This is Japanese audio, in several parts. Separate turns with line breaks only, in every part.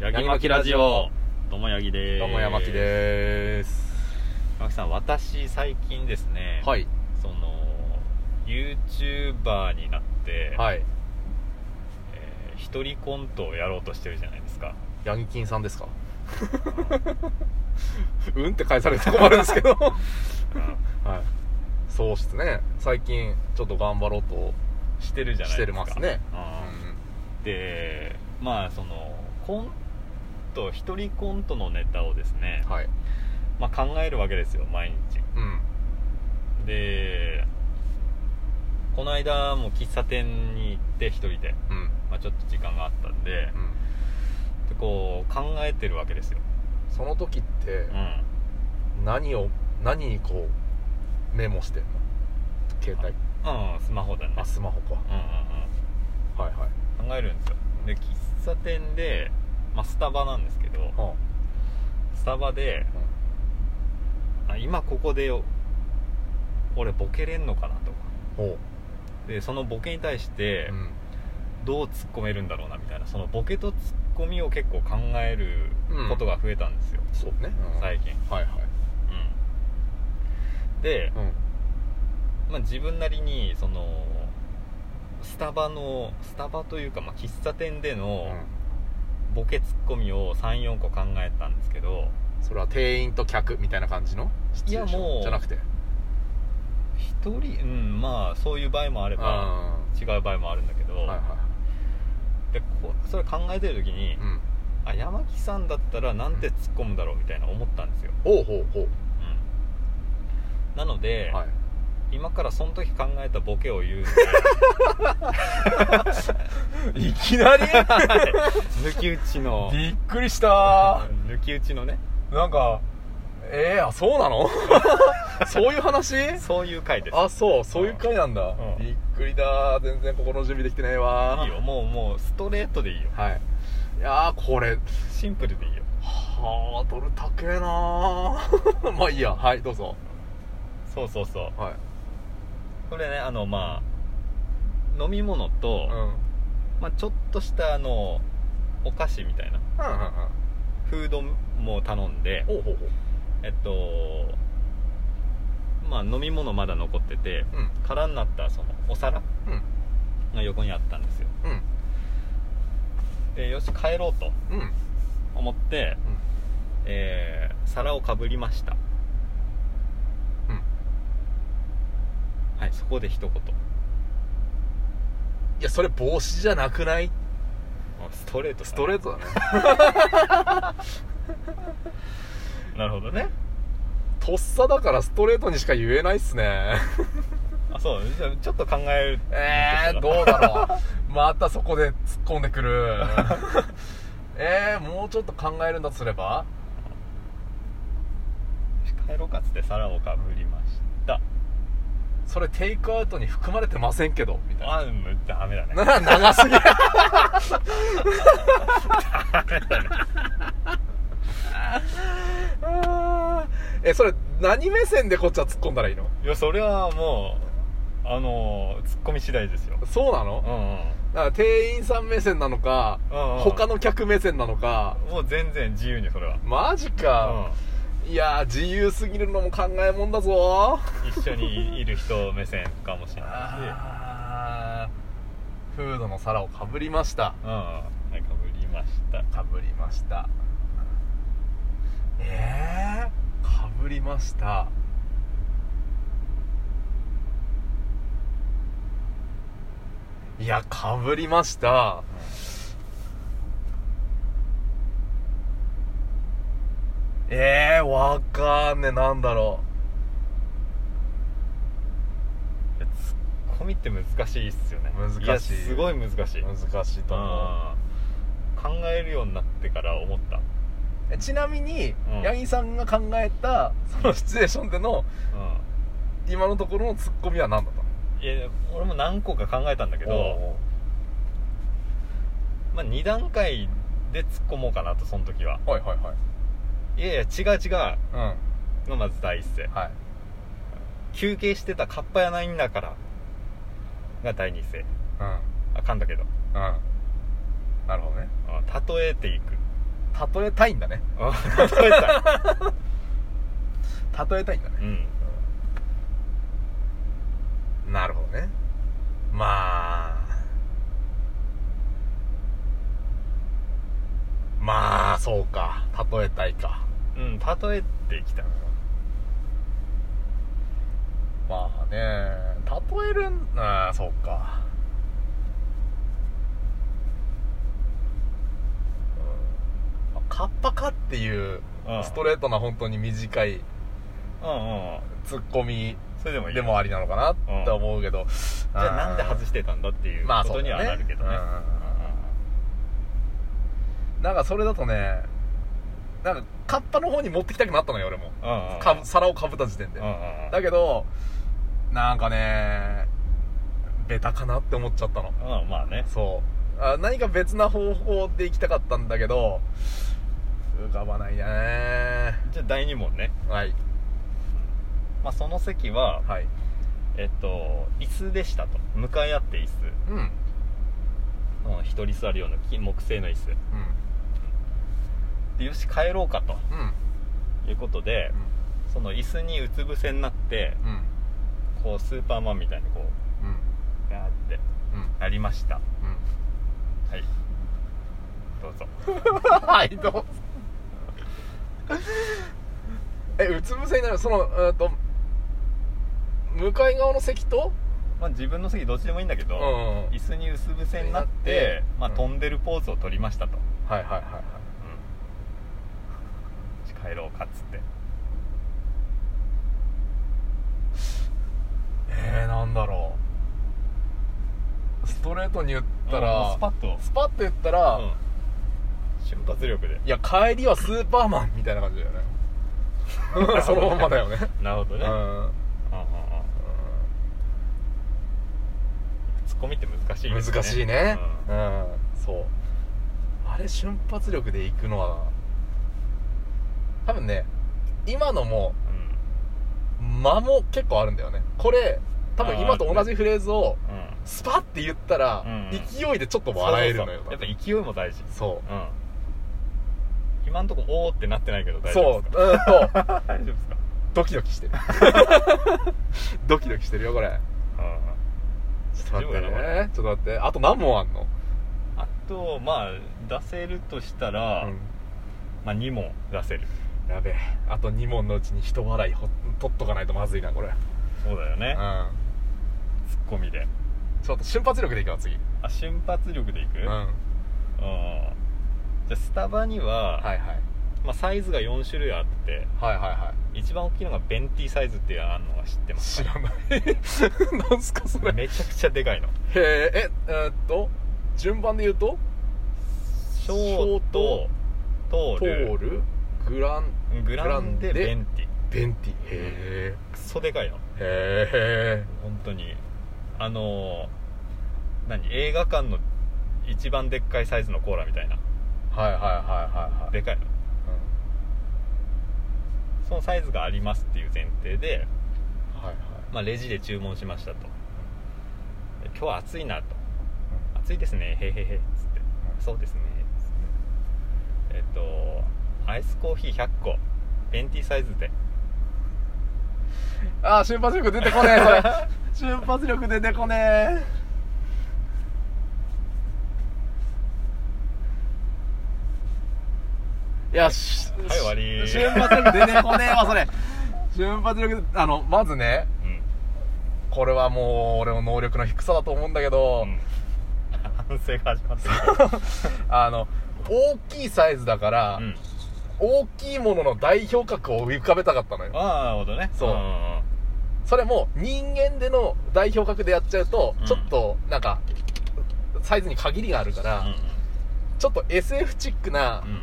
ヤギ
ギ
マ
マ
キ
キ
ラ
ラ
ジ
ジ
オ
オどうもヤギでーす
どうも山木でーす
山木さん私最近ですね
はい
その YouTuber になって、
はい
えー一人コントをやろうとしてるじゃないですか
ヤギキンさんですか うんって返されて困るんですけど はい
うん
そうっすね最近ちょっと頑張ろうと
してるじゃないですか
してますね
う
うん
んでまあそのコント一人コントのネタをですね、
はい
まあ、考えるわけですよ毎日
うん
でこの間も喫茶店に行って一人で、
うん
まあ、ちょっと時間があったんで
う、ん
でこう考えてるわけですよ、
その時って
うん、
何を何にこうメモしてんの携帯
うん、スマホだね
あスマホか
うんう
はいはい
んうん考えるんですよで喫茶店で、まあ、スタバなんですけど
は
スタバで
あう
あ
ん
今ここで俺ボケれんのかなとか
ほ
でそのボケに対して
ううん
どう突っ込めるんだろうなみたいなそのボケとツッコミを結構考えることが増えたんですよ、
そうねうん
最近
はいはい
うんで、
うん
まあ、自分なりにそのスタバのスタバというか、まあ、喫茶店でのボケツッコミを34個考えたんですけど
それは店員と客みたいな感じのシチュエーション
いやもう
じゃなくて
1人うんまあそういう場合もあれ
うん
ば違う場合もあるんだけど、
はいは
でこそれ考えてる時に、
いうん
あ山木さんだったらなんて突っ込むだろうみたいな思ったんですよ、
ほうほうほ
うんなので、
うはい
今からその時考えたボケを言うので
いきな り
抜き打ちの
びっくりした
抜き打ちのね
なんかえー、あそうなの そういう話
そういう回です
あそうそういう回なんだ、
うん
びっくりだ全然心の準備できてねえわ
いいよもうもうストレートでいいよ
はいいやーこれ
シンプルでいいよ
ハードル高えなー まあいいやはいどうぞ
そうそうそう
はい
これねあのまあ飲み物と、
うんうんうん
まあ、ちょっとしたあのお菓子みたいな
うん
フードも頼んで
ほうほうほう
えっとまあ飲み物まだ残ってて
うん
空になったそのお皿
うん
が横にあったんですよ
うん
でよし帰ろうと
うんうん
思って、えー皿をかぶりました
うん
はいそこで一言
いやそれ帽子じゃなくない
ストレート
ストレ
ー
ー トだね
トなるほどね
とっさだからストレートにしか言えないっすね
あそうじゃあちょっと考える
え ー、どうだろう またそこで突っ込んでく るえー、もうちょっと考えるんだとすれば
帰ろうかっつって皿をかぶりました
それテイクアウトに含まれてませんけどみたい
あうんダメだね
なな 長すぎるあー えそれ何目線でこっちは突っ込んだらいいの
いやそれはもうあのーツッコミ次第ですよ
そうなの
うんうん
だから店員さん目線なのか、
うんうん
他の客目線なのか
もう全然自由にそれは
マジか、いやー自由すぎるのも考えもんだぞ
うん一緒にいる人目線かもしれないし
あーフードの皿をかぶりました
うんうんはいかぶりました
かぶりましたえー、かぶりましたいやかぶりましたえー、わかんねえなんだろ
いやツッコミって難しいっすよね
難しい
やすごい難しいう
難しいと思
うん考えるようになってから思った、
うえちなみに、
うん
八木さんが考えたそのシチュエーションで
う
の今のところのツッコミは何だったの
ん、いや俺も何個か考えたんだけ
おう
ど、
おう
まあ、2段階で突っ込もうかなとその時は
はいはいはい
いやいや違う違う
うん
がまず第一声
はい
休憩してたカッパやないんだからが第二声
うん
あかんだけど
うんなるほどね
うん例えていく
例えたいんだね
あ例えた い
例えたいんだね
うん
なるほどねまあまあそうか例えたいか
うん例えてきたな
まあね例えるんああそうかうんまあカッパかっていう
うん
ストレートな本当に短
う
い
んうん
ツッコミ
それでもいい
でもありなのかなって思うけど、
じゃあなんで外してたんだっていう
まあ
こ
そ
と
うだね
にはなるけどね
うんうんうんなんかそれだとねなんかカッパの方に持ってきたくなったのよ俺も
うんうんうん
かぶ皿をかぶった時点で
うんうんうん
だけどなんかねベタかなって思っちゃったの
うんまあね
そうあ何か別な方法で行きたかったんだけど浮かばないね
じゃあ第2問ね、
はい
まあ、その席は、
はい
えっと椅子でしたと向かい合って椅
うんうん
子、うん、一人座るような木木製の椅子でよし帰ろうかと
うん
いうことで、その椅子にうつ伏せになって
うんうん
こうスーパーマンみたいにこう
うん
ガーって
うん
やりましたは
うん
いどうぞ
はいどうぞえうつ伏せになるそのえっと向かい側の席と
まあ自分の席どっちでもいいんだけど、
うん
椅子にうつ伏せになっ
なって
て、まあ、
うん
飛んでるポーズを取りましたと、
はいはいはいはい
帰ろうかっつって
えー、なんだろうストレートに言った
も
ら
うスパッと、
スパッと言ったら、
うん瞬発力で
いや帰りはスーパーマンみたいな感じだよ ねそのまんまだよね
なるほど
う
ね、
ん、うん
うんうんうんツッコミって難しいですね
難しいね
う
うん、そうあれ瞬発力で行くのは多分ね今のも
んうん
間も結構あるんだよねこれ多分今と同じフレーズを
うん
スパッて言ったら、
うん
勢いでちょっと笑えるのよ
そうそうそうやっぱ勢いも大事
そ
うん今んとこおーってなってないけど
う
大丈夫
そ
です
ううん と
か大丈夫ですか
ドキドキしてる ドキドキしてるよこれ
うんうん
ちょっと待って
大丈夫だ
ねちょっと待ってあと何問あんの
あとまあ出せるとしたら、
うん
まあ2問出せる
やべえあと2問のうちに一笑いほ取っとかないとまずいなこれ
そうだよ
う
ね
ん
ツッコミで
ちょっと瞬発力でいくわ次うん
あ瞬発力でいく、
は
じゃあスタバには、
いはい
まあ、サイズが4種類あって
はいはいは
一番大きいのがベンティサイズっていうのがあるのは知って
い
ます
知らない なんすかそれへ
めちゃくちゃでかいの
えええーっと順番で言うと
ショートト
ト
ー
ー
ル
ルグラン
グランデ
グランデ
ベンティ
ベンティへ
クソでかいの
えへえ
本当にあのー何映画館の一番でっかいサイズのコーラみたいな
はいはいはいはいはい
でかいのそのサイズがありますっていう前提で、
うんはいはい
まあ、レジで注文しましたとで今日は暑いなと暑いですねへへへっつってそうですねつってえっとアイスコーヒー100個ベンティサイズで
あー瞬発力出てこねえそれ 瞬発力出てこねえいやし
はい終わり
し瞬発力出てこねえわ それ瞬発力あのまずね
うん
これはもう俺の能力の低さだと思うんだけど、
うん反省が始まってる
あの大きいサイズだから、
うん
大きいものの代表格を浮かべたかったのよ
ああなるほどね
そうん
んん
それも人間での代表格でやっちゃうと、
うん
ちょっとなんかサイズに限りがあるから、ちょっと SF チックな
うん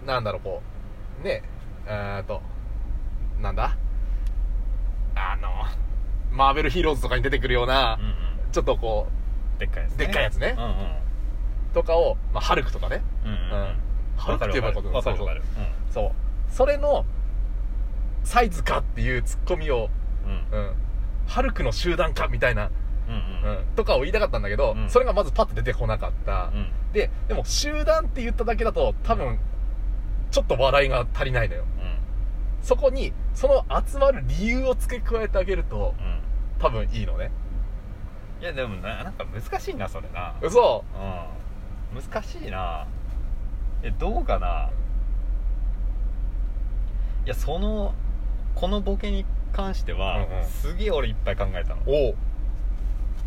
う、ん
なんだろうこうねええー、となんだあのマーベルヒーローズとかに出てくるような、
うんうん
ちょっとこ
でっかいやつね
でっかいやつね
うん
うとかを、まあ、ハルクとかね
うんうんうん
ハル
わ
ク
か
って
る
呼ば
わか
れた
るわかるわかる
そうそれのサイズかっていうツッコミを、
うんうん
うん、ハルクの集団かみたいな
うんうん
うん、とかを言いたかったんだけど、
うん
それがまずパッと出てこなかった、
うん
ででも集団って言っただけだと多分ちょっと笑いが足りないのよそこにその集まる理由を付け加えてあげると
うんうん
多分いいのね
いやでもななんか難しいなそれな
嘘
うん難しいなえどうかないやそのこのボケに関しては、
うんうん
すげえ俺いっぱい考えたの
おう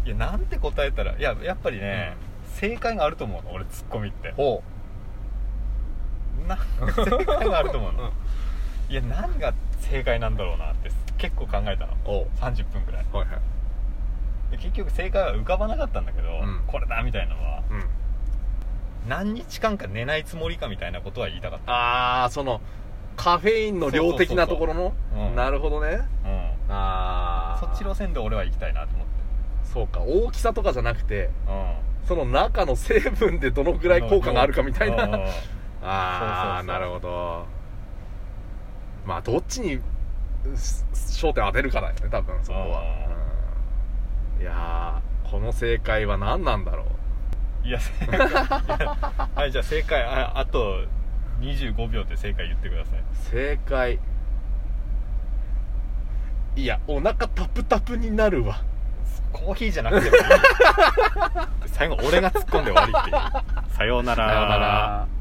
いやなんて答えたらいややっぱりね、正解があると思うの俺ツッコミって
おう
な正解があると思うの、いや何が正解なんだろうなって結構考えたの
おう
30分くらい
はいはい
で結局正解は浮かばなかったんだけど、
うん
これだみたいなのは
うん
何日間か寝ないつもりかみたいなことは言いたかった
ああそのカフェインの量的なところの
うん
なるほどね
うん
あ
そ
あ
っち路線で俺は行きたいなと思って
そうか大きさとかじゃなくて
う
その中の成分でどの
ん
くらい効果があるかみたい
うんうん
な
そうそう
ああ
そう
なるほどまあどっちにす焦点当てるかだよね多分そこはうんいやーこの正解は何なんだろう
いや正解 いやはいじゃあ正解ああと25秒で正解言ってください
正解いやお腹タプタプになるわ
コーヒーじゃな くてもいい最後俺が突っ込んで終わりっていうさようなら
さようなら